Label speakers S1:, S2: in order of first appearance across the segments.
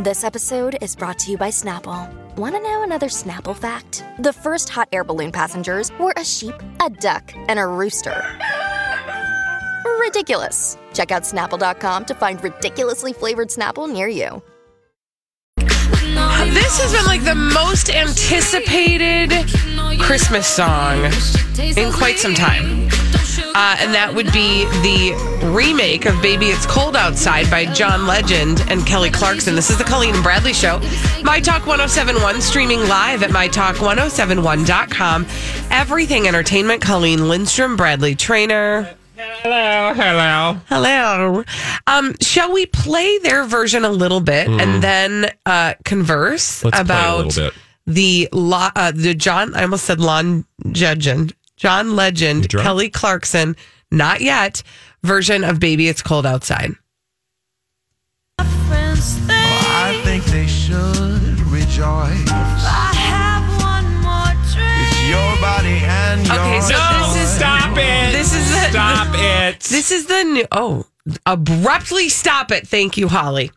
S1: This episode is brought to you by Snapple. Want to know another Snapple fact? The first hot air balloon passengers were a sheep, a duck, and a rooster. Ridiculous. Check out snapple.com to find ridiculously flavored Snapple near you.
S2: This has been like the most anticipated Christmas song in quite some time. Uh, and that would be the remake of Baby It's Cold Outside by John Legend and Kelly Clarkson. This is the Colleen and Bradley Show. My Talk 1071, streaming live at MyTalk1071.com. Everything Entertainment, Colleen Lindstrom, Bradley Trainer.
S3: Hello, hello.
S2: Hello. Um, shall we play their version a little bit and then uh, converse
S3: Hmm. Let's play a
S2: about
S3: little bit.
S2: the lo- uh, the John? I almost said Lon Judgeon, John Legend,
S3: drunk?
S2: Kelly Clarkson. Not yet. Version of "Baby It's Cold Outside."
S4: I think they should rejoice. It's your body and your
S2: Okay, so
S5: Oh,
S3: No,
S2: this is-
S3: stop it.
S2: this is the-
S3: stop it.
S2: This is the new. Oh, abruptly stop it. Thank you, Holly.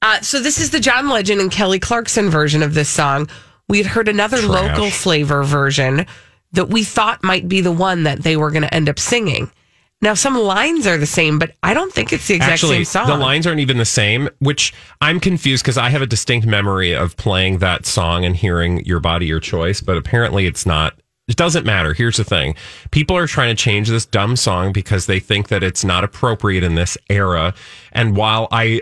S2: Uh, so this is the John Legend and Kelly Clarkson version of this song. We had heard another
S3: Trash.
S2: local flavor version that we thought might be the one that they were going to end up singing. Now some lines are the same, but I don't think it's the exact
S3: Actually,
S2: same song.
S3: the lines aren't even the same, which I'm confused because I have a distinct memory of playing that song and hearing Your Body, Your Choice, but apparently it's not. It doesn't matter. Here's the thing people are trying to change this dumb song because they think that it's not appropriate in this era. And while I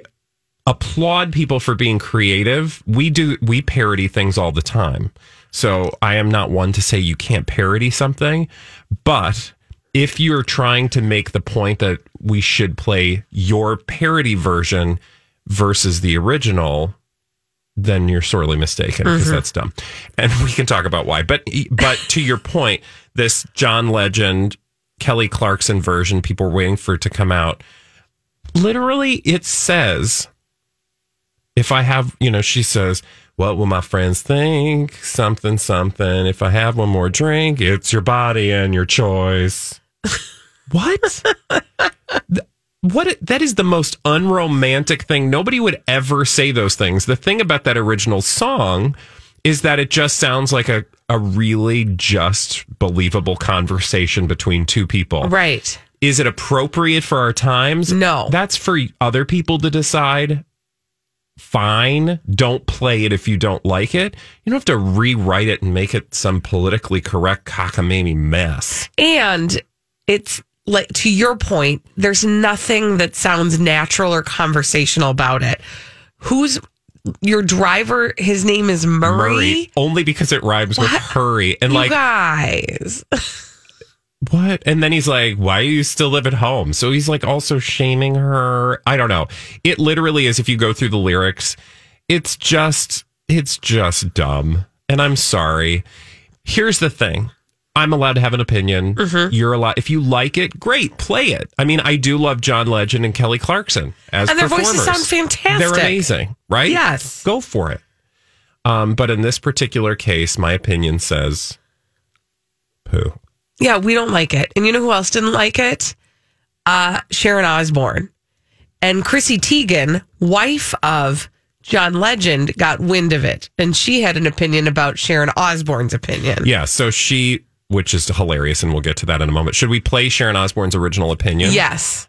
S3: applaud people for being creative, we do, we parody things all the time. So I am not one to say you can't parody something, but if you're trying to make the point that we should play your parody version versus the original, then you're sorely mistaken because that's dumb. And we can talk about why. But but to your point, this John Legend, Kelly Clarkson version, people were waiting for it to come out. Literally, it says, if I have, you know, she says, what will my friends think? Something, something. If I have one more drink, it's your body and your choice. what? what that is the most unromantic thing nobody would ever say those things the thing about that original song is that it just sounds like a, a really just believable conversation between two people
S2: right?
S3: is it appropriate for our times
S2: No.
S3: that's for other people to decide fine don't play it if you don't like it you don't have to rewrite it and make it some politically correct cockamamie mess
S2: And it's like to your point, there's nothing that sounds natural or conversational about it. Who's your driver? His name is Murray.
S3: only because it rhymes with
S2: What?
S3: hurry and
S2: you
S3: like
S2: guys.
S3: what? And then he's like, why do you still live at home? So he's like also shaming her. I don't know. It literally is if you go through the lyrics, it's just it's just dumb. And I'm sorry. Here's the thing. I'm allowed to have an opinion.
S2: Mm-hmm.
S3: You're allowed. If you like it, great, play it. I mean, I do love John Legend and Kelly Clarkson as
S2: And their voices
S3: performers.
S2: sound fantastic.
S3: They're amazing, right?
S2: Yes.
S3: go for it. Um, but in this particular case, my opinion says, poo.
S2: Yeah, we don't like it. And you know who else didn't like it? Uh, Sharon Osbourne. And Chrissy Teigen, wife of John Legend, got wind of it. And she had an opinion about Sharon Osbourne's opinion.
S3: Yeah, so she, which is hilarious, and we'll get to that in a moment. Should we play Sharon Osbourne's original opinion?
S2: Yes.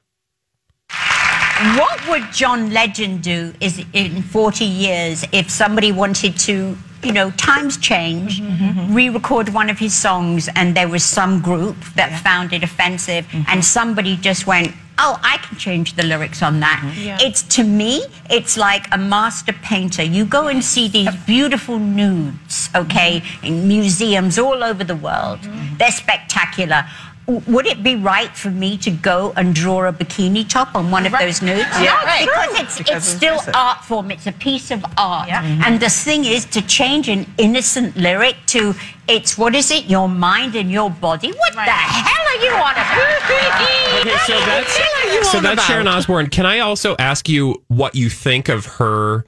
S6: What would John Legend do is in 40 years if somebody wanted to, you know, times change, re-record one of his songs and there was some group that found it offensive and somebody just went, "Oh, I can change the lyrics on that." It's to me, it's like a master painter. You go and see these beautiful nudes, okay, in museums all over the world. They're spectacular. w- would it be right for me to go and draw a bikini top on one of those nudes? No,
S7: Yeah. Right.
S6: because it's
S7: Because
S6: it's
S7: it's
S6: still
S7: recent.
S6: art form. It's a piece of art.
S7: Yeah.
S6: And the thing is to change an innocent lyric to it's what is it? Your mind and your body. What
S7: Right.
S6: the hell are you on about?
S3: Okay, so that's so that's Sharon Osbourne. Can I also ask you what you think of her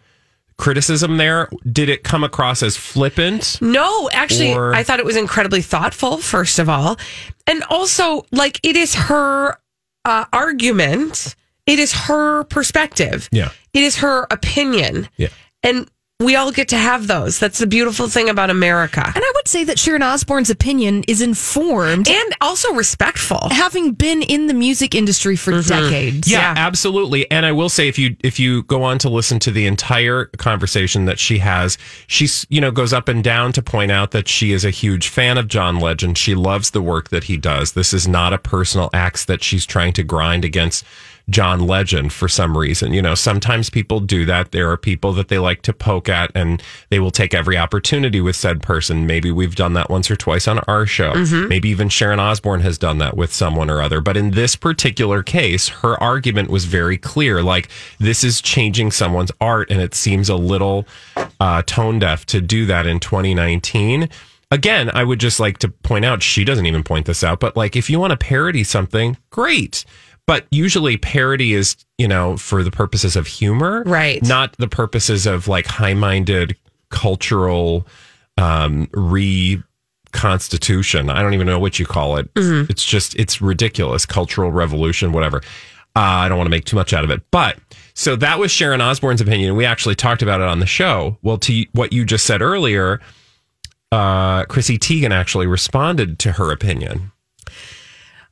S3: criticism there? Did it come across as flippant?
S2: No, actually,
S3: Or-
S2: I thought it was incredibly thoughtful, first of all. And also, like, it is her uh, argument, it is her perspective.
S3: Yeah.
S2: It is her opinion.
S3: Yeah.
S2: And we all get to have those. That's the beautiful thing about America.
S8: And I would say that Sharon Osbourne's opinion is informed,
S2: And also respectful. Mm-hmm.
S8: having been in the music industry for decades.
S3: Yeah, absolutely. And I will say if you if you go on to listen to the entire conversation that she has, she's you know goes up and down to point out that she is a huge fan of John Legend. She loves the work that he does. This is not a personal axe that she's trying to grind against John Legend for some reason. You know, sometimes people do that. There are people that they like to poke at and they will take every opportunity with said person. Maybe we've done that once or twice on our show. Maybe even Sharon Osbourne has done that with someone or other. But in this particular case, her argument was very clear. Like, this is changing someone's art, and it seems a little uh, tone deaf to do that in 2019. Again, I would just like to point out, she doesn't even point this out, but like, if you want to parody something, great. But usually, parody is, you know, for the purposes of humor,
S2: Right.
S3: Not the purposes of like high minded cultural um, reconstitution. I don't even know what you call it. It's just, it's ridiculous. Cultural revolution, whatever. Uh, I don't want to make too much out of it. But so that was Sharon Osbourne's opinion. We actually talked about it on the show. Well, to what you just said earlier, uh, Chrissy Teigen actually responded to her opinion.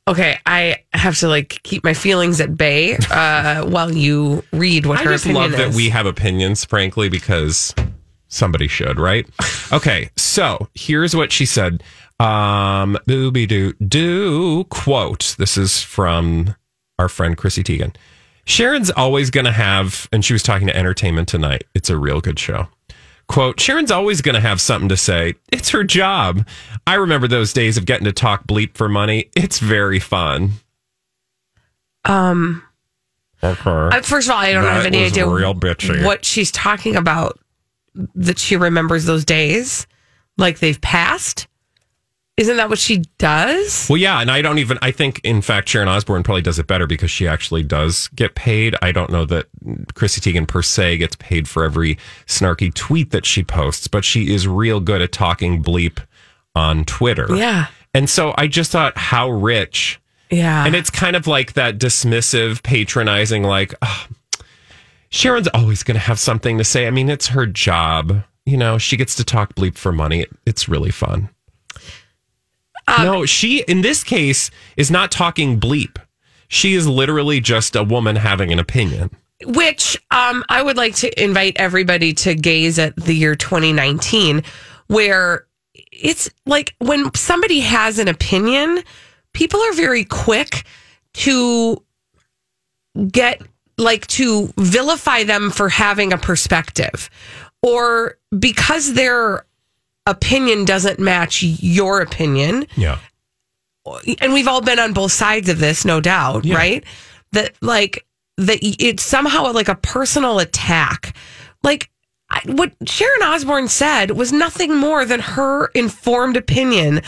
S2: Okay, I have to like keep my feelings at bay uh, while you read what
S3: I
S2: her
S3: just
S2: opinion
S3: love
S2: is.
S3: that we have opinions, frankly, because somebody should, right? okay, so here's what she said. Um, booby doo do quote. This is from our friend Chrissy Teigen. Sharon's always going to have, and she was talking to Entertainment Tonight. It's a real good show. Quote, Sharon's always going to have something to say. It's her job. I remember those days of getting to talk bleep for money. It's very fun.
S2: um,
S3: Okay.
S2: I- first of all, I don't
S3: That
S2: have any
S3: was
S2: idea
S3: real bitchy.
S2: what she's talking about that she remembers those days like they've passed. Isn't that what she does?
S3: Well, yeah, and I don't even. I think, in fact, Sharon Osbourne probably does it better because she actually does get paid. I don't know that Chrissy Teigen per se gets paid for every snarky tweet that she posts, but she is real good at talking bleep on Twitter.
S2: Yeah.
S3: and so I just thought how rich,
S2: Yeah.
S3: and it's kind of like that dismissive, patronizing, like "Ugh, Sharon's always going to have something to say. I mean, it's her job. You know, she gets to talk bleep for money. It's really fun
S2: Um,
S3: no, she in this case is not talking bleep. She is literally just a woman having an opinion.
S2: which um, I would like to invite everybody to gaze at the year 2019, where it's like when somebody has an opinion, people are very quick to get like to vilify them for having a perspective or because their opinion doesn't match your opinion
S3: Yeah.
S2: and we've all been on both sides of this, no doubt, right? That like that it's somehow like a personal attack. Like I, what Sharon Osbourne said was nothing more than her informed opinion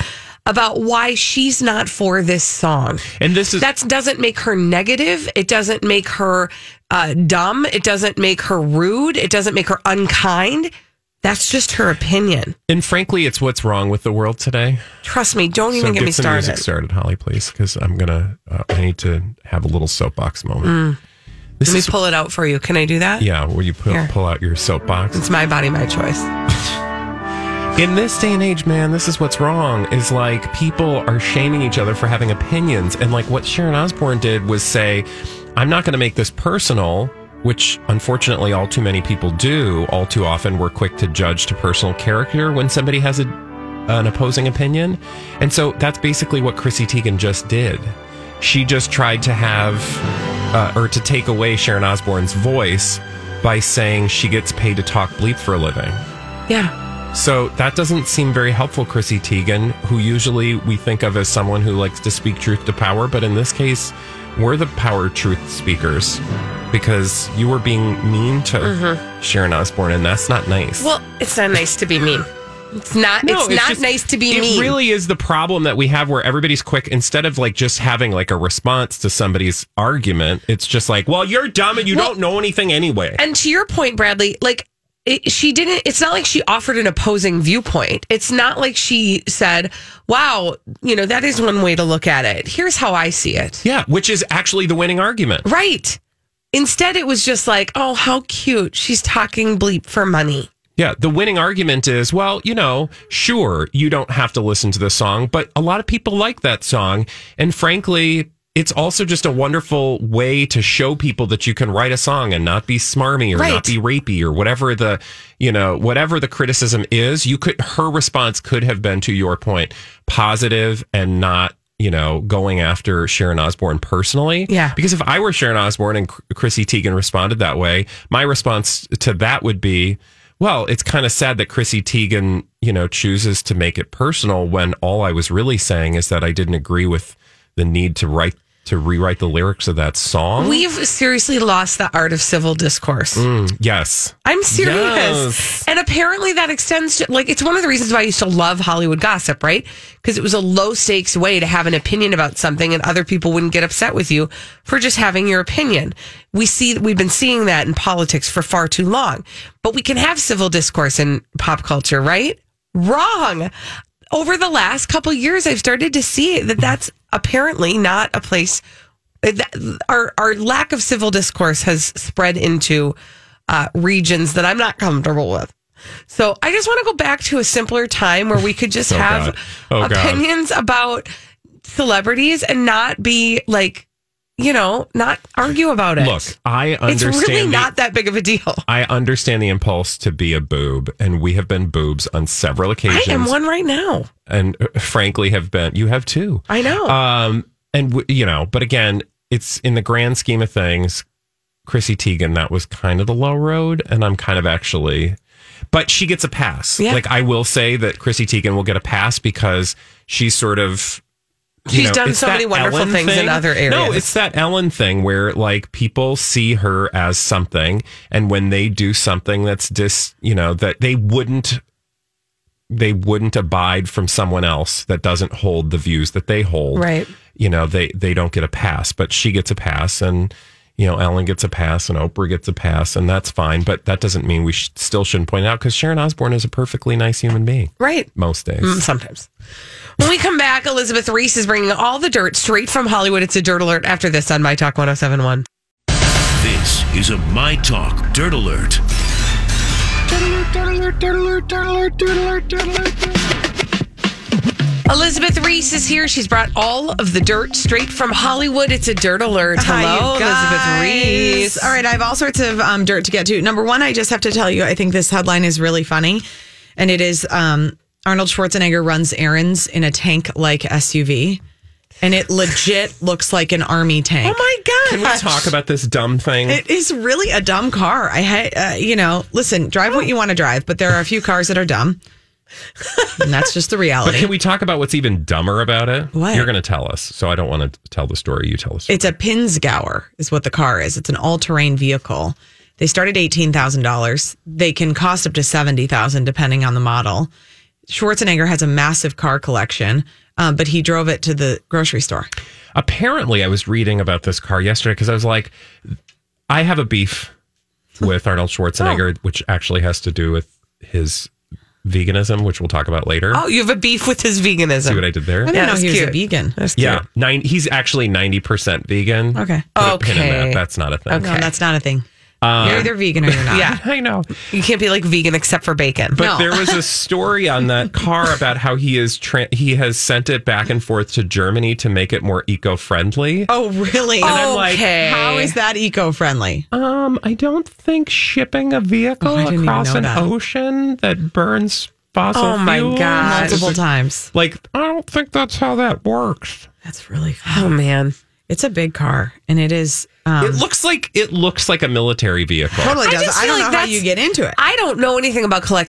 S2: about why she's not for this song.
S3: And this is
S2: That doesn't make her negative. It doesn't make her uh, dumb. It doesn't make her rude. It doesn't make her unkind. That's just her opinion.
S3: and frankly, it's what's wrong with the world today.
S2: Trust me. Don't even
S3: so
S2: get me
S3: some music
S2: started.
S3: started, Holly, please, because I'm gonna. Uh, I need to have a little soapbox moment. This
S2: Mm. Let me
S3: is
S2: pull it out for you. Can I do that?
S3: yeah, where you pull,
S2: Here.
S3: pull out your soapbox.
S2: It's my body, my choice.
S3: In this day and age, man, this is what's wrong is like people are shaming each other for having opinions. And like what Sharon Osbourne did was say, I'm not going to make this personal, which unfortunately all too many people do. All too often, we're quick to judge to personal character when somebody has a, an opposing opinion. And so that's basically what Chrissy Teigen just did. She just tried to have uh, or to take away Sharon Osbourne's voice by saying she gets paid to talk bleep for a living.
S2: Yeah.
S3: So that doesn't seem very helpful, Chrissy Teigen, who usually we think of as someone who likes to speak truth to power, but in this case, we're the power truth speakers because you were being mean to Sharon Osbourne, and that's not nice.
S2: Mm-hmm. Well, it's not nice to be mean. It's not. it's, not
S3: just-
S2: nice to be
S3: it
S2: mean.
S3: really is the problem that we have where everybody's quick instead of like just having like a response to somebody's argument. It's just like, well, you're dumb and you
S2: Well-
S3: don't know anything anyway.
S2: and to your point, Bradley, like it, she didn't. It's not like she offered an opposing viewpoint. It's not like she said, "Wow, you know that is one way to look at it. Here's how I see it."
S3: yeah, which is actually the winning argument.
S2: Right. Instead, it was just like, "Oh, how cute. She's talking bleep for money."
S3: Yeah, the winning argument is, well, you know, sure, you don't have to listen to the song, but a lot of people like that song. And frankly, it's also just a wonderful way to show people that you can write a song and not be smarmy or
S2: Right.
S3: not be rapey or whatever the, you know, whatever the criticism is. You could her response could have been to your point, positive and not you know, going after Sharon Osbourne personally.
S2: Yeah.
S3: Because if I were Sharon Osbourne and Chr- Chrissy Teigen responded that way, my response to that would be, well, it's kind of sad that Chrissy Teigen, you know, chooses to make it personal when all I was really saying is that I didn't agree with the need to write to rewrite the lyrics of that song.
S2: We've seriously lost the art of civil discourse.
S3: Mm, yes.
S2: I'm serious.
S3: Yes.
S2: And apparently that extends to like it's one of the reasons why I used to love Hollywood gossip, right? Because it was a low stakes way to have an opinion about something and other people wouldn't get upset with you for just having your opinion. We see we've been seeing that in politics for far too long. But we can have civil discourse in pop culture, right? Wrong. Over the last couple years I've started to see that that's apparently not a place that our our lack of civil discourse has spread into uh, regions that I'm not comfortable with. So I just want to go back to a simpler time where we could just
S3: Oh,
S2: have
S3: God. Oh, God.
S2: opinions about celebrities and not be like, you know, not argue about it.
S3: Look, I
S2: it's
S3: understand
S2: really
S3: the-
S2: not that big of a deal.
S3: I understand the impulse to be a boob, and we have been boobs on several
S2: I
S3: occasions.
S2: am one right now.
S3: and uh, frankly have been you have too
S2: I know.
S3: um and w- you know but again it's in the grand scheme of things chrissy teigen that was kind of the low road and i'm kind of actually but she gets a pass
S2: Yeah.
S3: like i will say that chrissy teigen will get a pass because she's sort of you
S2: She's done
S3: it's
S2: so
S3: that
S2: many wonderful things in other
S3: No,
S2: areas.
S3: it's that Ellen thing where like people see her as something, and when they do something that's dis, you know, that they wouldn't they wouldn't abide from someone else that doesn't hold the views that they hold.
S2: Right.
S3: You know, they they don't get a pass, but she gets a pass and you know, Ellen gets a pass and Oprah gets a pass and that's fine, but that doesn't mean we sh- still shouldn't point it out cuz Sharon Osbourne is a perfectly nice human being
S2: Right.
S3: most days.
S2: Mm, Sometimes. When we come back, Elizabeth Reese is bringing all the dirt straight from Hollywood. It's a dirt alert after this on My Talk 1071.
S9: This is a My Talk Dirt Alert.
S2: Elizabeth Reese is here. She's brought all of the dirt straight from Hollywood. It's a dirt alert. Hello,
S5: Hi, Uh-huh, you guys.
S2: Elizabeth Reese.
S5: All right, I have all sorts of um, dirt to get to. Number one, I just have to tell you, I think this headline is really funny, and it is um, Arnold Schwarzenegger runs errands in a tank-like SUV, and it legit looks like an army tank.
S2: Oh my God.
S3: Can we talk about this dumb thing?
S5: It is really a dumb car. I, ha- uh, you know, listen, drive
S2: Oh.
S5: what you want to drive, but there are a few cars that are dumb, and that's just the
S3: But
S5: reality.
S3: can we talk about what's even dumber about it?
S5: What?
S3: You're going to tell us. So I don't want to tell the story. You tell us.
S5: It's a Pinsgauer, is what the car is. It's an all-terrain vehicle. They start at eighteen thousand dollars. They can cost up to seventy thousand depending on the model. Schwarzenegger has a massive car collection, uh, but he drove it to the grocery store.
S3: Apparently, I was reading about this car yesterday because I was like, I have a beef with Arnold
S2: Oh.
S3: Schwarzenegger, which actually has to do with his veganism, which we'll talk about later.
S2: Oh, you have a beef with his
S3: See what
S2: veganism.
S3: I did there?
S5: I didn't
S2: Yeah,
S5: know
S2: that's
S5: he was a
S2: cute.
S5: vegan. That's
S3: Yeah, nine, he's actually ninety percent vegan.
S5: Okay.
S3: Put a pin in
S2: Okay.
S3: that. That's Um, not a thing.
S5: No, that's not a thing. you're either vegan or you're not.
S2: Yeah.
S3: I know.
S2: You can't be like vegan except for bacon.
S3: But there was a story on that car about how he is tra- he has sent it back and forth to Germany to make it more eco friendly.
S5: Oh, really?
S3: I'm like,
S2: okay.
S5: How is that eco-friendly?
S3: Um, I don't think shipping a vehicle
S5: Oh, I didn't even
S3: across
S5: know
S3: an
S5: that.
S3: ocean that burns fossil
S2: Oh, my
S3: fuels-
S2: God.
S5: Multiple times.
S3: Like, I don't think that's how that works.
S5: That's really.
S2: Oh, man.
S5: It's a big car, and it is. Um,
S3: It looks like it looks like a military vehicle.
S5: totally
S2: I
S5: does.
S2: just
S5: I
S2: feel
S5: don't
S2: like
S5: know how
S2: that's-
S5: you get into it.
S2: I don't know anything about collecting.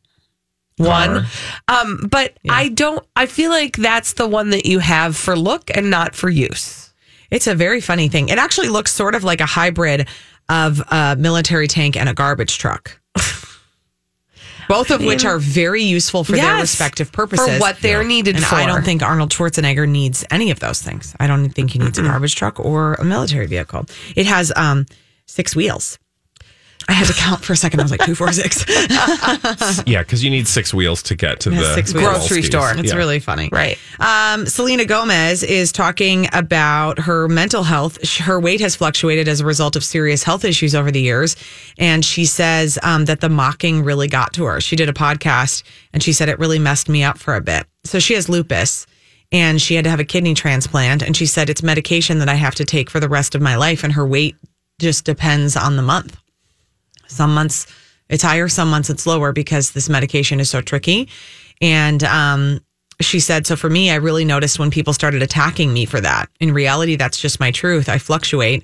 S2: one. Um, but I don't. I feel like that's the one that you have for look and not for use.
S5: It's a very funny thing. It actually looks sort of like a hybrid of a military tank and a garbage truck. Both of which are very useful for their
S2: Yes.
S5: respective purposes.
S2: For what they're needed
S5: and
S2: for.
S5: I don't think Arnold Schwarzenegger needs any of those things. I don't think he needs a garbage truck or a military vehicle. It has um, six wheels. I had to count for a second. I was like, two, four, six.
S3: yeah, because you need six wheels to get to
S5: It has
S3: the
S5: six wheels.
S2: grocery
S3: Kowalskis.
S2: store.
S5: It's
S3: Yeah.
S5: really funny.
S2: Right.
S5: Um, Selena Gomez is talking about her mental health. Sh- Her weight has fluctuated as a result of serious health issues over the years. And she says um, that the mocking really got to her. She did a podcast and she said it really messed me up for a bit. So she has lupus and she had to have a kidney transplant. And she said it's medication that I have to take for the rest of my life. And her weight just depends on the month some months it's higher some months it's lower because this medication is so tricky and um she said so for me i really noticed when people started attacking me for that in reality that's just my truth i fluctuate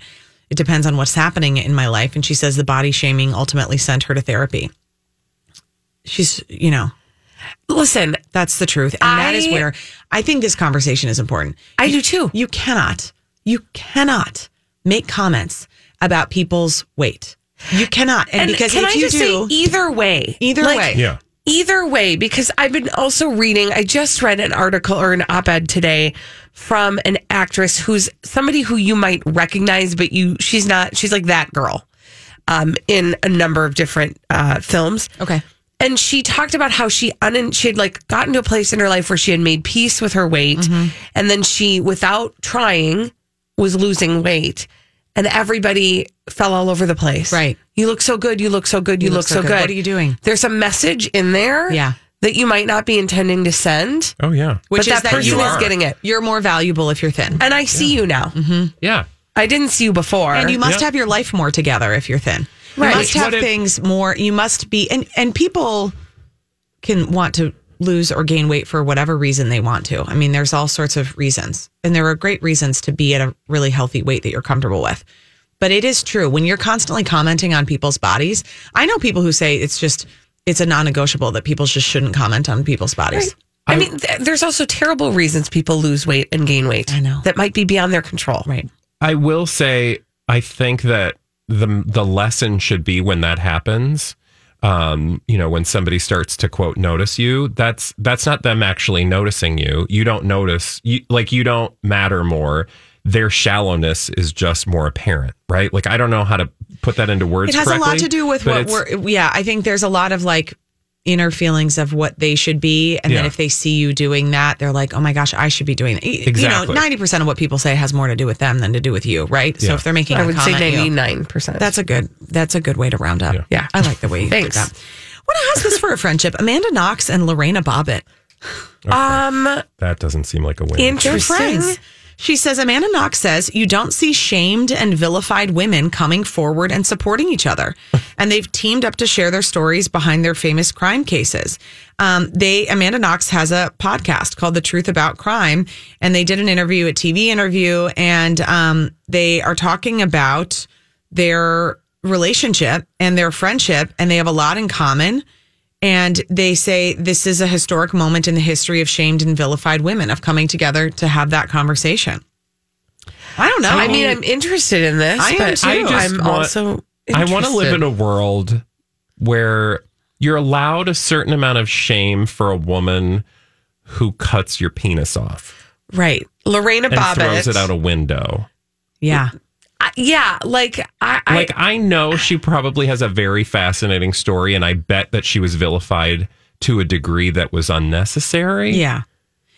S5: it depends on what's happening in my life and she says the body shaming ultimately sent her to therapy she's you know
S2: Listen,
S5: that's the truth and that is
S2: I-
S5: where i think this conversation is important
S2: I do too.
S5: you cannot, you cannot make comments about people's weight. You cannot. And, because
S2: can
S5: if
S2: I
S5: you
S2: just
S5: do,
S2: say either way,
S5: Either way.
S3: Yeah.
S2: either way, because I've been also reading. I just read an article or an op-ed today from an actress who's somebody who you might recognize, but you she's not. She's like that girl um, in a number of different uh, films.
S5: okay.
S2: and she talked about how she un- she had like gotten to a place in her life where she had made peace with her weight and then she without trying was losing weight and everybody fell all over the place
S5: Right.
S2: you look so good you look so good you, look, so good.
S5: What are you doing?
S2: there's a message in there
S5: Yeah.
S2: that you might not be intending to send
S3: Oh yeah.
S2: but
S5: Which is
S2: that,
S5: that
S2: person
S5: you
S2: is
S5: are.
S2: getting it
S5: You're more valuable if you're thin.
S2: and i see you now
S3: Yeah.
S2: i didn't see you before
S5: Mm-hmm. And you must
S3: Yeah.
S5: have your life more together if you're thin.
S2: Right.
S5: You must
S3: Which
S5: have
S3: what it-
S5: things more. You must be. And, and people can want to lose or gain weight for whatever reason they want to. I mean, there's all sorts of reasons. And there are great reasons to be at a really healthy weight that you're comfortable with. But it is true. When you're constantly commenting on people's bodies, I know people who say it's just, it's a non negotiable that people just shouldn't comment on people's bodies.
S2: I, mean, th- there's also terrible reasons people lose weight and gain weight. I
S5: know.
S2: that might be beyond their control.
S5: Right.
S3: I will say I think that the the lesson should be when that happens. Um, you know, when somebody starts to quote notice you, that's that's not them actually noticing you. You don't notice you like you don't matter more. Their shallowness is just more apparent, right? Like I don't know how to put that into words.
S5: It has a lot
S3: correctly,
S5: to do with
S3: but
S5: what
S3: it's-
S5: we're, yeah, I think there's a lot of like inner feelings of what they should be. And then
S3: Yeah.
S5: if they see you doing that, they're like, oh my gosh, I should be doing that. Y-
S3: Exactly.
S5: You know, 90% of what people say has more to do with them than to do with you, right? So
S3: Yeah.
S5: if they're making
S2: I
S5: a
S2: would say
S5: comment, you-
S2: ninety nine percent.
S5: that's a good, that's a good way to round up.
S3: Yeah.
S2: Yeah.
S5: I like the way you did
S2: Thanks.
S5: that. What a this for a friendship. Amanda Knox and Lorena Bobbitt.
S2: um
S3: that doesn't seem like a win.
S5: They're
S2: interesting.
S5: friends. She says, Amanda Knox says, you don't see shamed and vilified women coming forward and supporting each other. and they've teamed up to share their stories behind their famous crime cases. Um, they, Amanda Knox has a podcast called The Truth About Crime. And they did an interview, a TV interview, and um, they are talking about their relationship and their friendship. And they have a lot in common. And they say this is a historic moment in the history of shamed and vilified women of coming together to have that conversation. I don't know.
S2: I mean, I'm interested in this,
S5: I am
S2: but
S5: too.
S2: I
S5: I just
S2: am
S3: want-
S2: also.
S3: I want to live in a world where you're allowed a certain amount of shame for a woman who cuts your penis off
S2: Right. Lorena
S3: and
S2: Bobbitt.
S3: throws it out a window.
S5: Yeah.
S2: I- yeah. Like, I, I
S3: like I know she probably has a very fascinating story, and I bet that she was vilified to a degree that was unnecessary.
S5: Yeah.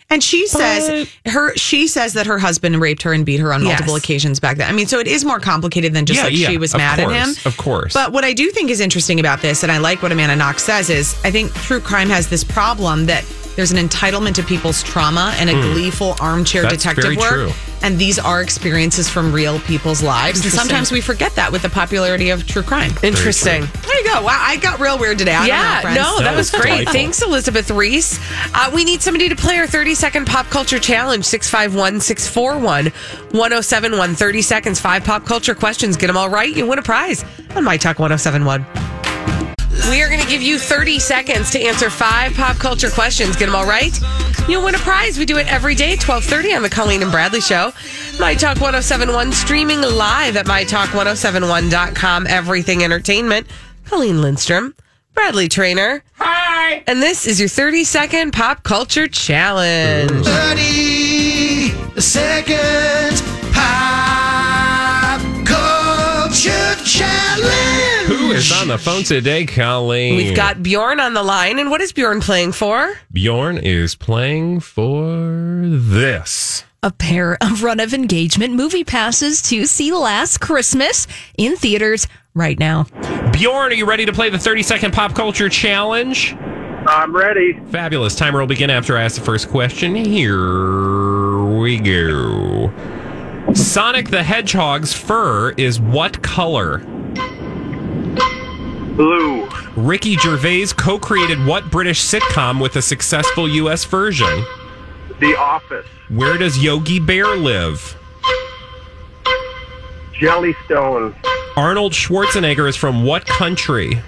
S5: And she says her she says that her husband raped her and beat her on multiple
S3: Yes.
S5: occasions back then. I mean, so it is more complicated than just
S3: Yeah,
S5: like
S3: yeah,
S5: she was
S3: of
S5: mad
S3: course,
S5: at him.
S3: of course.
S5: But what I do think is interesting about this, and I like what Amanda Knox says, is I think true crime has this problem that there's an entitlement to people's trauma and a
S3: Hmm.
S10: Mm.
S5: gleeful armchair
S10: That's
S5: detective
S10: very
S5: work.
S10: true.
S5: And these are experiences from real people's lives. And
S2: Interesting.
S5: sometimes we forget that with the popularity of true crime.
S2: Interesting.
S5: There you go. Wow, I got real weird today. I don't know,
S2: yeah,
S5: friends.
S2: no, that, was, great.
S5: delightful.
S2: Thanks, Elizabeth Reese. Uh, we need somebody to play our 30 second pop culture challenge 651 641 1071. 30 seconds, five pop culture questions. Get them all right. You win a prize on My Talk 1071. We are going to give you 30 seconds to answer five pop culture questions. Get them all right. You'll win a prize. We do it every day, 1230 on the Colleen and Bradley Show. My Talk 1071 streaming live at mytalk1071.com. Everything Entertainment. Colleen Lindstrom, Bradley Trainer. Hi. And this is your 30 second pop culture challenge.
S4: 30 second pop culture challenge.
S3: Who is on the phone today, Colleen?
S2: We've got Bjorn on the line. And what is Bjorn playing for?
S3: Bjorn is playing for this.
S8: A pair of run of engagement movie passes to see Last Christmas in theaters right now.
S3: Bjorn, are you ready to play the 30 second pop culture challenge?
S11: I'm ready.
S3: Fabulous. Timer will begin after I ask the first question. Here we go. Sonic the Hedgehog's fur is what color?
S11: Blue.
S3: Ricky Gervais co created what British sitcom with a successful U.S. version?
S11: The Office.
S3: Where does Yogi Bear live?
S11: Jellystone.
S3: Arnold Schwarzenegger is from what country?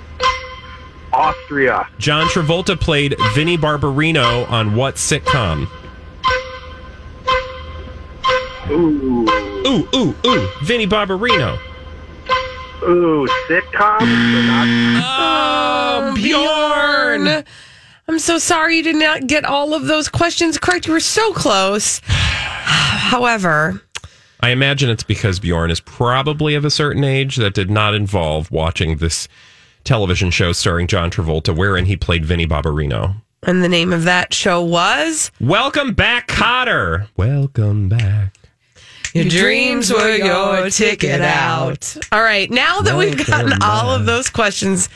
S11: Austria.
S3: John Travolta played Vinnie Barbarino on what sitcom?
S11: Ooh.
S3: Ooh, ooh, ooh. Vinnie Barbarino.
S11: Ooh, sitcom?
S2: Oh, Bjorn. I'm so sorry you did not get all of those questions correct. You were so close. However,
S3: I imagine it's because Bjorn is probably of a certain age that did not involve watching this television show starring John Travolta, wherein he played Vinnie Barbarino.
S2: and the name of that show was
S3: Welcome back, Cotter. Welcome back.
S2: Your Dreams Were Your Ticket Out. All right, now Oh, that we've gotten all of those questions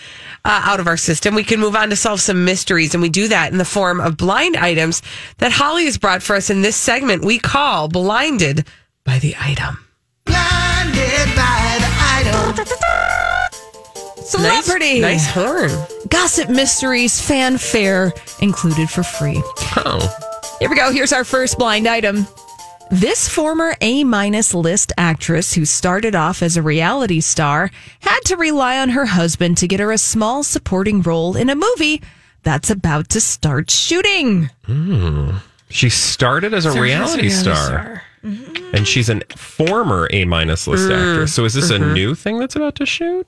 S2: uh, out of our system, we can move on to solve some mysteries. And we do that in the form of blind items that Holly has brought for us in this segment we call Blinded by the Item.
S4: Blinded by the item.
S2: Celebrity. Nice, nice horn.
S8: Gossip mysteries, fanfare included for free.
S3: Oh.
S8: Here we go. Here's our first blind item. This former A minus list actress who started off as a reality star had to rely on her husband to get her a small supporting role in a movie that's about to start shooting.
S3: Hmm. She started as a
S8: Started as a
S3: reality
S8: reality
S3: star. And she's an former A minus list
S2: Mm-hmm. Mm.
S3: actress. So is this a
S2: Mhm.
S3: new thing that's about to shoot?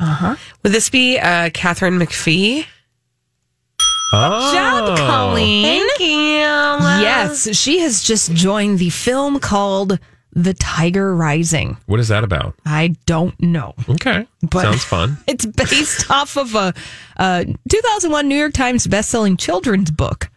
S2: Uh huh. Would this be uh, Catherine McPhee?
S3: Oh.
S8: Thank
S2: you.
S8: Yes, she has just joined the film called The Tiger Rising.
S3: What is that about?
S8: I don't know.
S3: Okay.
S8: But-
S3: Sounds fun.
S8: It's based off of a, uh 2001 New York Times best-selling children's book.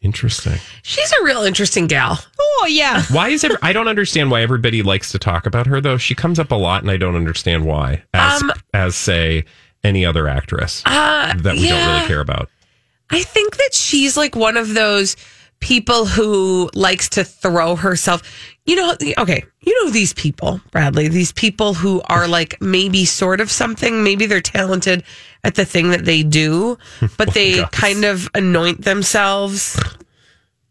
S3: Interesting.
S2: She's a real interesting gal.
S8: Oh yeah.
S3: Why is every, I don't understand why everybody likes to talk about her though. She comes up a lot, and I don't understand why. As
S2: Um,
S3: as say any other actress
S2: Uh,
S3: that we don't
S2: yeah.
S3: really care about.
S2: I think that she's like one of those people who likes to throw herself. You know, okay, you know these people, Bradley, these people who are like maybe sort of something, maybe they're talented at the thing that they do, but they kind of anoint themselves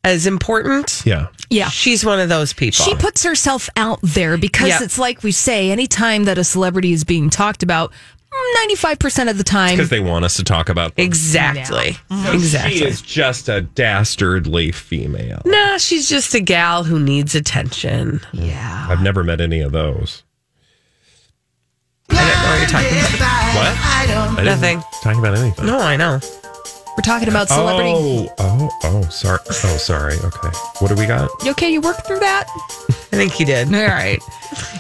S2: as important.
S3: Yeah.
S8: Yeah.
S2: She's one of those people.
S8: She puts herself out there because
S2: Yep.
S8: it's like we say anytime that a celebrity is being talked about, mm, 95% of the time Mm-hmm.
S3: Because they want us to talk about them.
S2: Exactly.
S3: So She
S2: Exactly.
S3: is just a dastardly female.
S2: Nah, she's just a gal who needs attention.
S8: Yeah.
S3: I've never met any of those.
S2: I don't know what you're talking about.
S3: What? I didn't
S2: Nothing.
S3: Talking about anything.
S2: No, Oh, I know.
S8: We're talking about celebrity.
S3: Oh, oh, oh, sorry. Oh, sorry. Okay. What do we got?
S8: You okay? You worked through that?
S2: I think you did.
S8: All right.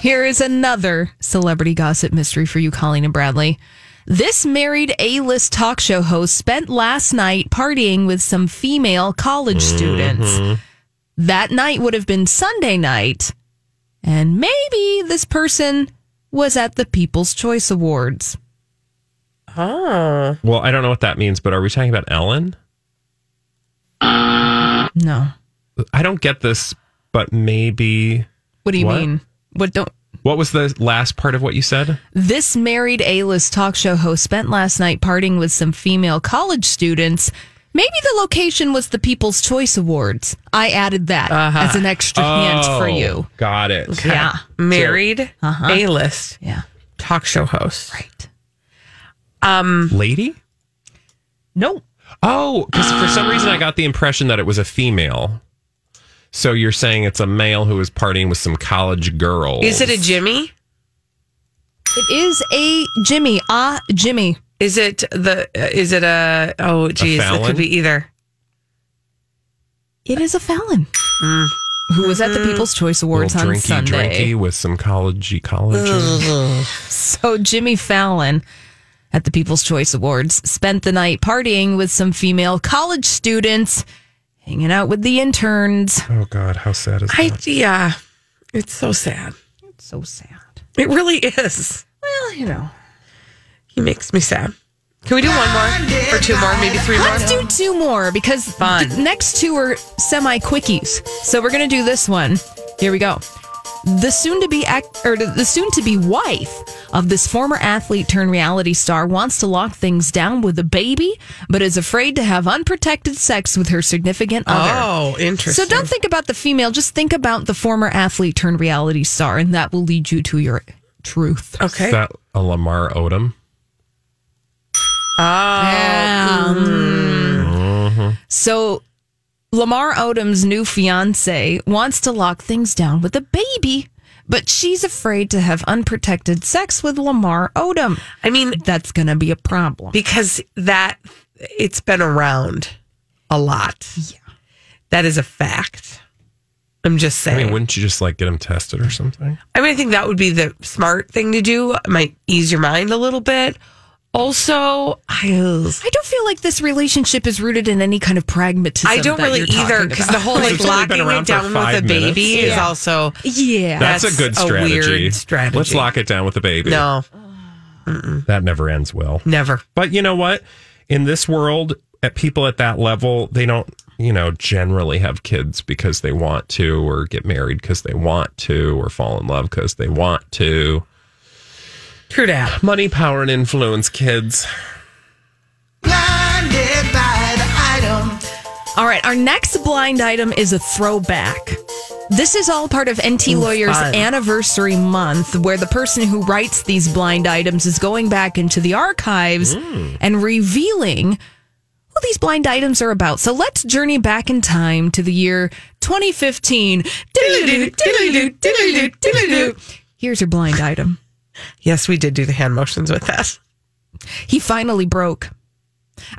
S8: Here is another celebrity gossip mystery for you, Colleen and Bradley. This married A list talk show host spent last night partying with some female college students. That night would have been Sunday night. And maybe this person was at the People's Choice Awards.
S2: Oh.
S3: Well, I don't know what that means, but are we talking about Ellen?
S8: No.
S3: I don't get this, but maybe.
S8: What do you mean? What don't
S3: What was the last part of what you said?
S8: This married A list talk show host spent last night partying with some female college students. Maybe the location was the People's Choice Awards. I added that as an extra hint for
S3: Oh,
S8: you.
S3: Got it.
S8: Yeah.
S2: Married
S8: Uh-huh.
S2: A list
S8: Yeah.
S2: talk show host.
S8: Right.
S2: Um,
S3: Lady?
S8: No.
S3: Oh, because for some reason I got the impression that it was a female. So you're saying it's a male who was partying with some college girls.
S2: is it a Jimmy?
S8: It is a Jimmy. Ah, Jimmy.
S2: Is it the? Uh, is it a? Oh, geez, it
S3: Fallon?
S2: could be either.
S8: It is a Fallon
S2: Mm.
S8: who was
S2: Mm-hmm.
S8: at the People's Choice Awards
S3: little
S8: on
S3: drinky
S8: Sunday.
S3: drinky with some college college?
S8: So Jimmy Fallon at the People's Choice Awards spent the night partying with some female college students, hanging out with the interns.
S3: oh God, how sad is
S2: I
S3: that?
S2: yeah, it's so sad.
S8: So sad.
S2: It really is.
S8: Well, you know.
S2: He makes me sad. Can we do one more or two more, maybe three more?
S8: Let's do two more because
S2: Fun.
S8: the next two are semi quickies. So we're gonna do this one. Here we go. The soon to be act or the soon to be wife of this former athlete turned reality star wants to lock things down with a baby, but is afraid to have unprotected sex with her significant other.
S2: Oh, interesting.
S8: So don't think about the female, just think about the former athlete turned reality star, and that will lead you to your truth.
S2: Okay.
S3: Is that a Lamar Odom?
S2: Mm-hmm.
S8: So Lamar Odom's new fiance wants to lock things down with a baby, but she's afraid to have unprotected sex with Lamar Odom.
S2: I mean,
S8: That's going to be a problem.
S2: because that it's been around a lot. Yeah. That is a fact. I'm just saying.
S3: I mean, wouldn't you just like get him tested or something?
S2: I mean, I think that would be the smart thing to do. It might ease your mind a little bit. Also, I,
S8: I don't feel like this relationship is rooted in any kind of pragmatism.
S2: I don't
S8: that
S2: really
S8: you're talking
S2: either because
S8: about.
S2: the whole like
S3: It's only been
S2: locking
S3: around
S2: it
S3: for
S2: down with a
S3: five minutes.
S2: baby is
S8: Yeah.
S2: also
S8: yeah.
S3: That's,
S2: That's
S3: a good
S2: a
S3: strategy.
S2: weird strategy.
S3: Let's lock it down with the baby.
S2: no,
S3: That never ends well.
S2: never.
S3: But you know what? In this world, at people at that level, they don't, you know, generally have kids because they want to, or get married because they want to, or fall in love because they want to.
S2: True that.
S3: Money, power, and influence, kids.
S4: Blinded by the item.
S8: All right, our next blind item is a throwback. This is all part of NT Lawyer's
S2: fun.
S8: anniversary month, where the person who writes these blind items is going back into the archives
S2: Hmm.
S8: and revealing what these blind items are about. So let's journey back in time to the year 2015. Diddle-doo, diddle-doo, diddle-doo, diddle-doo. Here's your blind item.
S2: Yes, we did do the hand motions with that.
S8: He finally broke.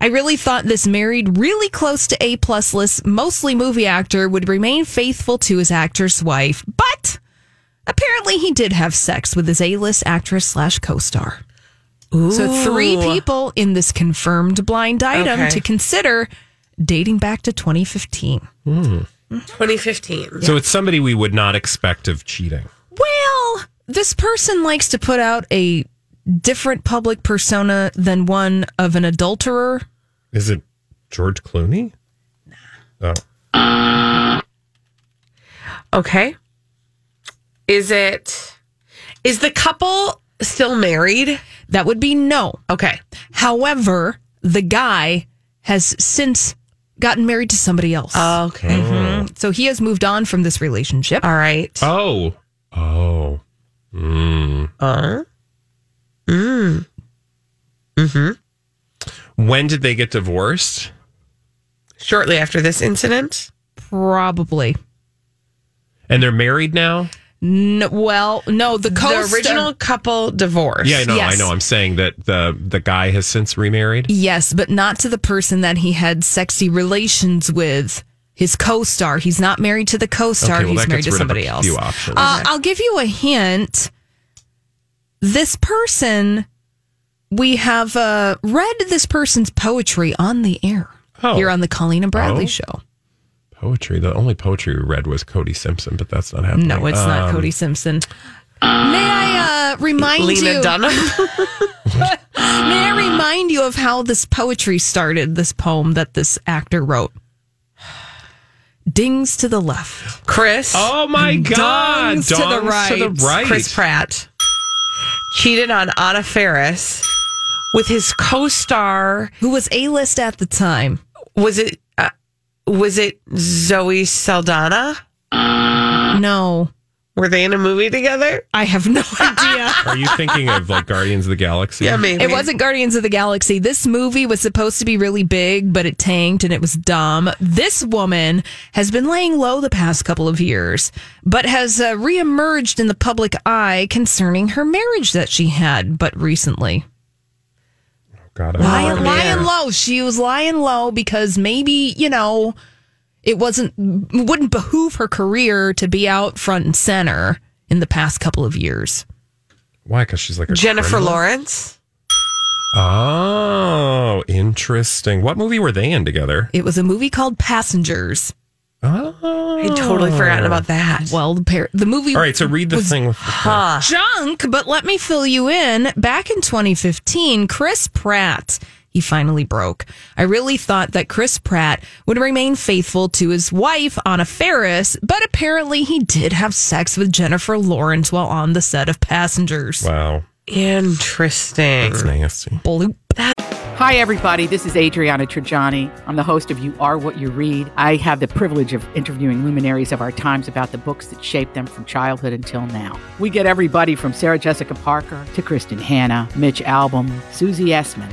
S8: I really thought this married, really close to A plus list, mostly movie actor would remain faithful to his actress wife, but apparently he did have sex with his A list actress slash co star. So three people in this confirmed blind item
S2: Okay.
S8: to consider dating back to 2015.
S2: 2015.
S3: So it's somebody we would not expect of cheating.
S8: Well, this person likes to put out a different public persona than one of an adulterer.
S3: Is it George Clooney? Oh.
S2: Okay. Is it? Is the couple still married?
S8: That would be no.
S2: Okay.
S8: However, the guy has since gotten married to somebody else. Mm-hmm.
S2: Okay.
S8: so he has moved on from this relationship.
S2: All right.
S3: Oh. Oh. Mm.
S2: Uh, Hmm. Mm-hmm.
S3: When did they get divorced?
S2: shortly after this incident.
S8: Probably.
S3: And they're married now?
S8: N- well, no, the coast.
S2: the original couple divorced.
S3: Yeah, I know. I know. I'm saying that the the guy has since remarried.
S8: Yes, but not to the person that he had sexy relations with. His co-star. He's not married to the co-star.
S3: Okay, well,
S8: He's
S3: that
S8: married
S3: gets
S8: to
S3: rid of a
S8: somebody else.
S3: few options.
S8: Uh, I'll give you a hint. This person, we have uh, read this person's poetry on the air
S3: Oh.
S8: here on the Colleen and Bradley
S3: Oh.
S8: show.
S3: Poetry. The only poetry we read was Cody Simpson, but that's not happening.
S8: No, it's not
S3: Um,
S8: Cody Simpson. May I uh, remind
S2: Lena
S8: you?
S2: Dunham?
S8: May I remind you of how this poetry started? This poem that this actor wrote. Dings to the left.
S2: Chris.
S3: Oh my God.
S8: Dongs to the
S3: Dongs to the
S8: right.
S3: right.
S2: Chris Pratt cheated on Anna Ferris with his co-star.
S8: Who was a list at the time?
S2: Was it? Uh, was it Zoe Saldana?
S8: No,
S2: Were they in a movie together?
S8: I have no idea.
S3: Are you thinking of like Guardians of the Galaxy?
S2: Yeah, maybe.
S8: It wasn't Guardians of the Galaxy. This movie was supposed to be really big, but it tanked and it was dumb. This woman has been laying low the past couple of years, but has uh, reemerged in the public eye concerning her marriage that she had but recently.
S3: Oh, God, I
S8: Lying,
S3: remember.
S8: lying low. She was lying low because maybe, you know, it wasn't wouldn't behoove her career to be out front and center in the past couple of years.
S3: Why? Because she's like a
S2: Jennifer
S3: criminal?
S2: Lawrence.
S3: Oh, interesting. What movie were they in together?
S8: It was a movie called Passengers.
S3: Oh,
S2: I totally forgotten about that.
S8: Well, the, par- the movie
S3: All right, so read the
S8: was
S3: thing with.
S2: Huh.
S8: junk, but let me fill you in. Back in 2015, Chris Pratt, he finally broke. I really thought that Chris Pratt would remain faithful to his wife, Anna Ferris, but apparently he did have sex with Jennifer Lawrence while on the set of Passengers.
S3: Wow,
S2: Interesting.
S3: that's nasty.
S8: Bloop.
S10: Hi, everybody. This is Adriana Trajani. I'm the host of You Are What You Read. I have the privilege of interviewing luminaries of our times about the books that shaped them from childhood until now. We get everybody from Sarah Jessica Parker to Kristen Hanna, Mitch Albom, Susie Essman,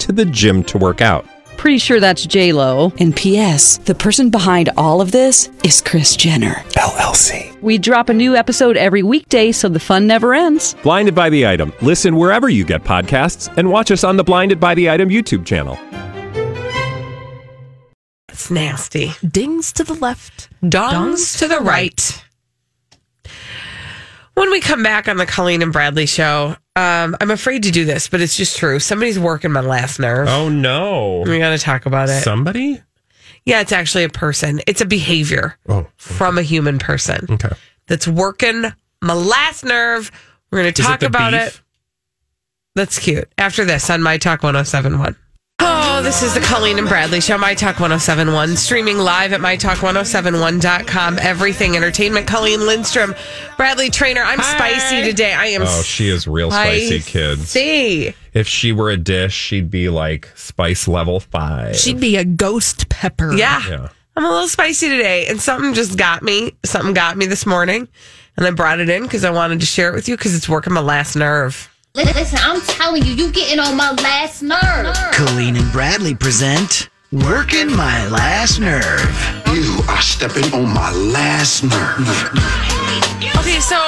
S3: to the gym to work out.
S12: Pretty sure that's J Lo. And P.S. The person behind all of this is Chris Jenner
S3: LLC.
S12: We drop a new episode every weekday, so the fun never ends.
S3: Blinded by the item. Listen wherever you get podcasts, and watch us on the Blinded by the Item YouTube channel.
S2: It's nasty.
S8: Dings to the left.
S2: Dongs, to the right. When we come back on the Colleen and Bradley show, um, I'm afraid to do this, but it's just true. Somebody's working my last nerve.
S3: Oh no!
S2: We got to talk about it.
S3: Somebody?
S2: yeah, it's actually a person. It's a behavior
S3: Oh,
S2: from a human person
S3: okay.
S2: that's working my last nerve. We're going to talk about it. That's cute. After this on My Talk 1071. Oh, this is the Colleen and Bradley Show, My Talk 1071, streaming live at MyTalk1071.com. Everything entertainment. Colleen Lindstrom, Bradley Trainer. I'm spicy today. I am
S3: Oh, she is real spicy, kids.
S2: See,
S3: If she were a dish, she'd be like spice level five.
S8: She'd be a ghost pepper.
S2: yeah.
S3: yeah.
S2: I'm a little spicy today, and something just got me. Something got me this morning, and I brought it in because I wanted to share it with you because it's working my last nerve.
S13: Listen, I'm telling you, you getting on my last nerve.
S4: Colleen and Bradley present Working My Last Nerve.
S11: You are stepping on my last nerve.
S2: Okay, so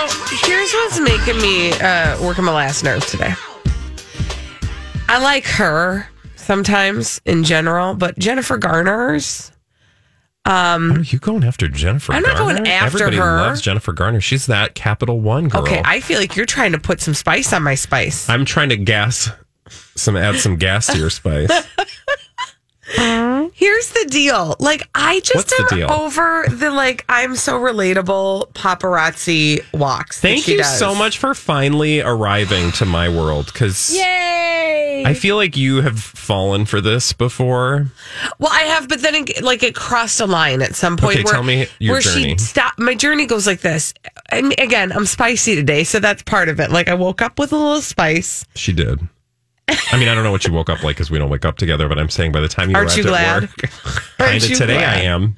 S2: here's what's making me uh, work on my last nerve today. I like her sometimes in general, but Jennifer Garner's.
S3: Are you going after Jennifer?
S2: I'm not
S3: Garner?
S2: going after
S3: Everybody
S2: her.
S3: loves Jennifer Garner. She's that Capital One girl.
S2: Okay, I feel like you're trying to put some spice on my spice.
S3: I'm trying to gas some, add some gas to your spice.
S2: Here's the deal. Like I just
S3: What's the
S2: am
S3: deal?
S2: over the like I'm so relatable paparazzi walks. that
S3: Thank
S2: she
S3: you
S2: does.
S3: so much for finally arriving to my world. Because
S2: Yay.
S3: I feel like you have fallen for this before.
S2: Well, I have, but then it, like it crossed a line at some point.
S3: Okay, tell me your
S2: where
S3: journey.
S2: she stopped. My journey goes like this. And again, I'm spicy today, so that's part of it. Like I woke up with a little spice.
S3: She did. I mean, I don't know what you woke up like because we don't wake up together, but I'm saying by the time you
S2: Aren't
S3: arrived
S2: you glad?
S3: at work,
S2: Aren't
S3: kind of
S2: you
S3: today
S2: glad?
S3: I am.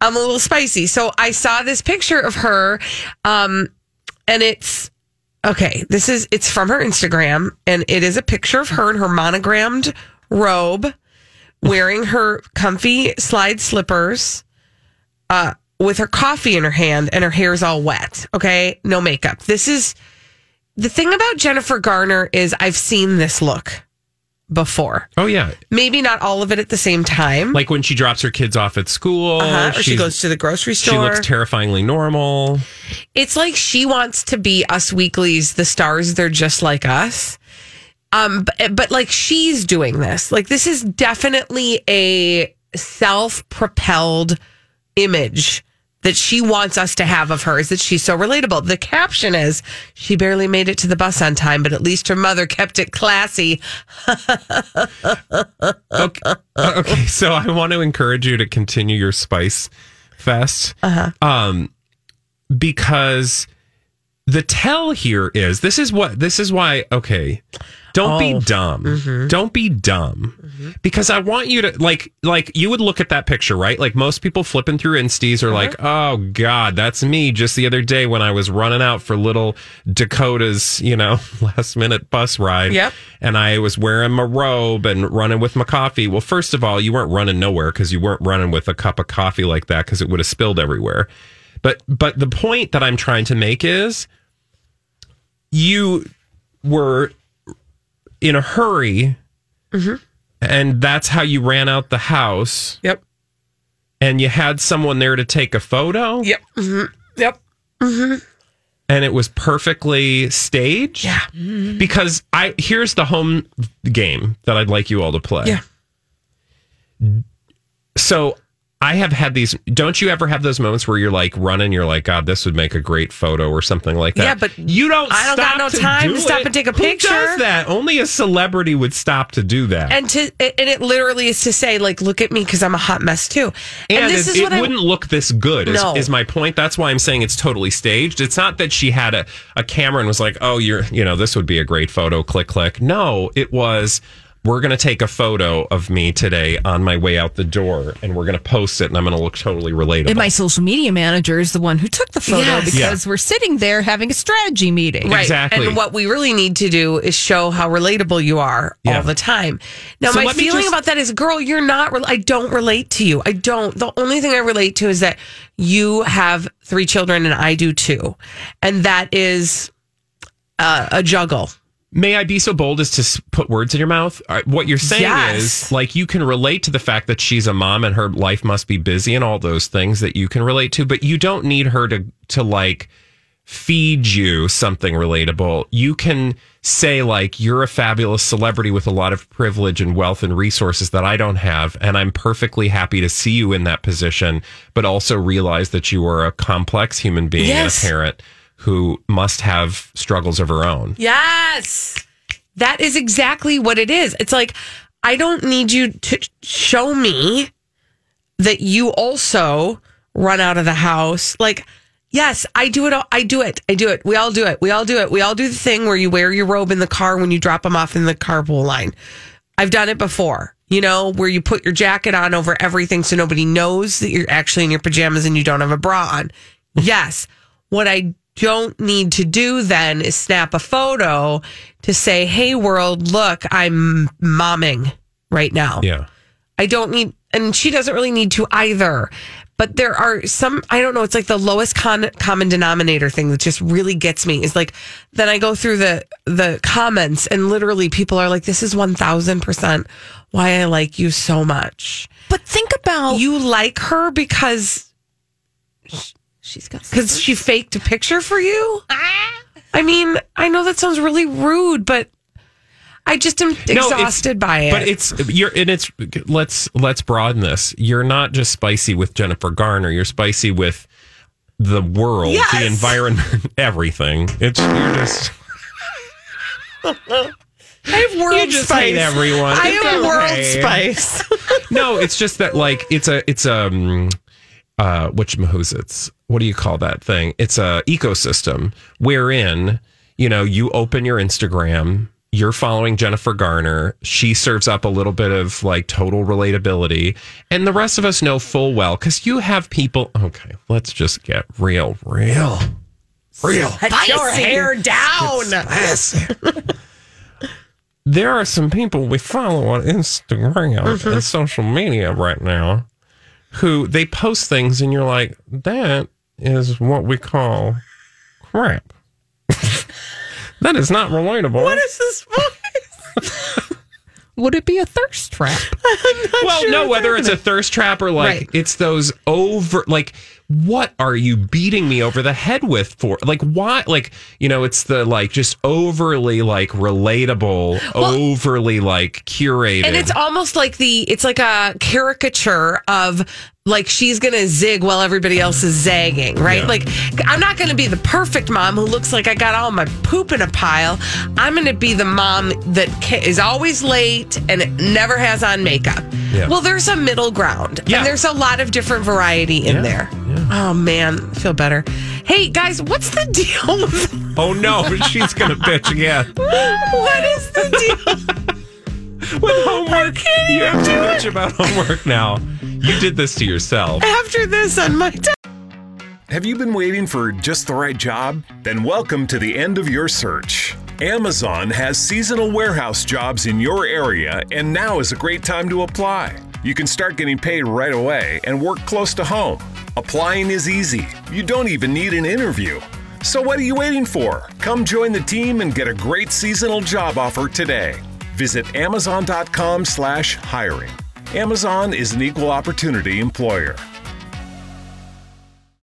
S2: I'm a little spicy. So I saw this picture of her, um, and it's okay. This is it's from her Instagram, and it is a picture of her in her monogrammed robe, wearing her comfy slide slippers, uh, with her coffee in her hand, and her hair's all wet. Okay, no makeup. This is the thing about Jennifer Garner is I've seen this look before.
S3: Oh yeah,
S2: Maybe not all of it at the same time.
S3: like when she drops her kids off at school,
S2: Uh-huh, or she
S3: she's-
S2: goes to the grocery
S3: She
S2: store.
S3: looks terrifyingly normal.
S2: it's like she wants to be us weeklies the stars they're just like us um but, but like she's doing this like this is definitely a self-propelled image that she wants us to have of her is that she's so relatable. The caption is she barely made it to the bus on time, but at least her mother kept it classy.
S3: okay. okay, so I want to encourage you to continue your spice fest.
S2: Uh-huh.
S3: Um because the tell here is this is what this is why okay. Don't
S2: Oh. Mm-hmm.
S3: be dumb. Don't be dumb. Because I want you to like like you would look at that picture, right? Like most people flipping through insties
S2: Uh-huh.
S3: are like, "Oh god, that's me just the other day when I was running out for little Dakota's, you know, last minute bus ride."
S2: Yep.
S3: and I was wearing my robe and running with my coffee. Well, first of all, you weren't running nowhere because you weren't running with a cup of coffee like that because it would have spilled everywhere. But but the point that I'm trying to make is you were in a hurry
S2: Mm-hmm.
S3: and that's how you ran out the house.
S2: Yep.
S3: And you had someone there to take a photo.
S2: Yep. Mhm. Yep. Mhm.
S3: And it was perfectly staged. Yeah. Because I here's the home game that I'd like you all to play. Yeah. So I have had these. Don't you ever have those moments where you're like running, you're like, God, this would make a great photo or something like that?
S2: Yeah, but
S3: you don't.
S2: I don't got
S3: stop
S2: no
S3: to
S2: time
S3: do
S2: to stop
S3: it.
S2: and take a
S3: Who
S2: picture.
S3: does that? Only a celebrity would stop to do that.
S2: and to and it literally is to say like look at me because i'm a hot mess too and,
S3: And
S2: this
S3: it,
S2: is
S3: it
S2: what
S3: wouldn't
S2: i
S3: look this good, is,
S2: No.
S3: is my point. That's why I'm saying it's totally staged. It's not that she had a, a camera and was like, oh, you're, you know, this would be a great photo, click, click. No, it was, we're going to take a photo of me today on my way out the door and we're going to post it and I'm going to look totally relatable.
S8: And my social media manager is the one who took the photo
S3: Yes.
S8: because we're sitting there having a strategy meeting.
S2: right
S3: Exactly.
S2: and what we really need to do is show how relatable you are
S3: Yeah.
S2: all the time now
S3: So
S2: my
S3: let me
S2: feeling
S3: just-
S2: about that is girl you're not rel i don't relate to you i don't the only thing i relate to is that you have three children and i do too and that is uh, a juggle
S3: May I be so bold as to s- put words in your mouth? All right, What you're saying
S2: Yes.
S3: is like you can relate to the fact that she's a mom and her life must be busy and all those things that you can relate to, but you don't need her to to like feed you something relatable. You can say like you're a fabulous celebrity with a lot of privilege and wealth and resources that I don't have and I'm perfectly happy to see you in that position, but also realize that you are a complex human being
S2: Yes.
S3: and a parent who must have struggles of her own.
S2: Yes. That is exactly what it is. It's like, I don't need you to show me that you also run out of the house. Like, yes, I do it. All, I do it. I do it. We all do it. We all do it. We all do the thing where you wear your robe in the car when you drop them off in the carpool line. I've done it before, you know, where you put your jacket on over everything so nobody knows that you're actually in your pajamas and you don't have a bra on. Yes. What I don't need to do then is snap a photo to say, hey, world, look, I'm momming right now.
S3: Yeah.
S2: I don't need, and she doesn't really need to either. But there are some, I don't know, it's like the lowest con- common denominator thing that just really gets me is like, then I go through the, the comments and literally people are like, this is 1000% why I like you so much.
S8: But think about
S2: you like her because
S8: she's got,
S2: because she faked a picture for you. I mean, I know that sounds really rude, but I just am
S3: No, it's-
S2: exhausted by it.
S3: But it's you're and it's let's let's broaden this. You're not just spicy with Jennifer Garner. You're spicy with the world,
S2: Yes!
S3: the environment, everything. It's you're just
S2: I have world
S3: You just
S2: spice.
S3: hate everyone.
S2: I
S3: It's
S2: have
S3: okay.
S2: world spice.
S3: no, it's just that like it's a it's a um, uh whatchamahosits. What do you call that thing? It's a ecosystem wherein, you know, you open your Instagram, you're following Jennifer Garner, she serves up a little bit of like total relatability, and the rest of us know full well cuz you have people Okay, let's just get real, real. Real.
S2: Put your hair down.
S3: there are some people we follow on Instagram
S2: Mhm.
S3: and social media right now who they post things and you're like, that is what we call crap. that is not relatable. What is
S2: this
S8: Would it be a thirst trap?
S3: well, no, whether it's a thirst trap or like
S8: Right.
S3: it's those over like what are you beating me over the head with for? Like why like you know, it's the like just overly like relatable, overly like curated.
S2: And it's almost like the it's like a caricature of like she's gonna zig while everybody else is zagging, right?
S3: Yeah.
S2: Like I'm not gonna be the perfect mom who looks like I got all my poop in a pile. I'm gonna be the mom that ca- is always late and never has on makeup.
S3: Yeah.
S2: Well, there's a middle ground,
S3: Yeah.
S2: and there's a lot of different variety in there. Oh man, I feel better. Hey guys, what's the deal? with-
S3: oh no, she's gonna bitch again.
S2: what is the deal?
S3: with homework. You have too much about homework now. You did this to yourself.
S2: After this on my
S14: Have you been waiting for just the right job? Then welcome to the end of your search. Amazon has seasonal warehouse jobs in your area, and now is a great time to apply. You can start getting paid right away and work close to home. Applying is easy, you don't even need an interview. So, what are you waiting for? Come join the team and get a great seasonal job offer today. Visit amazon.com/slash hiring. Amazon is an equal opportunity employer.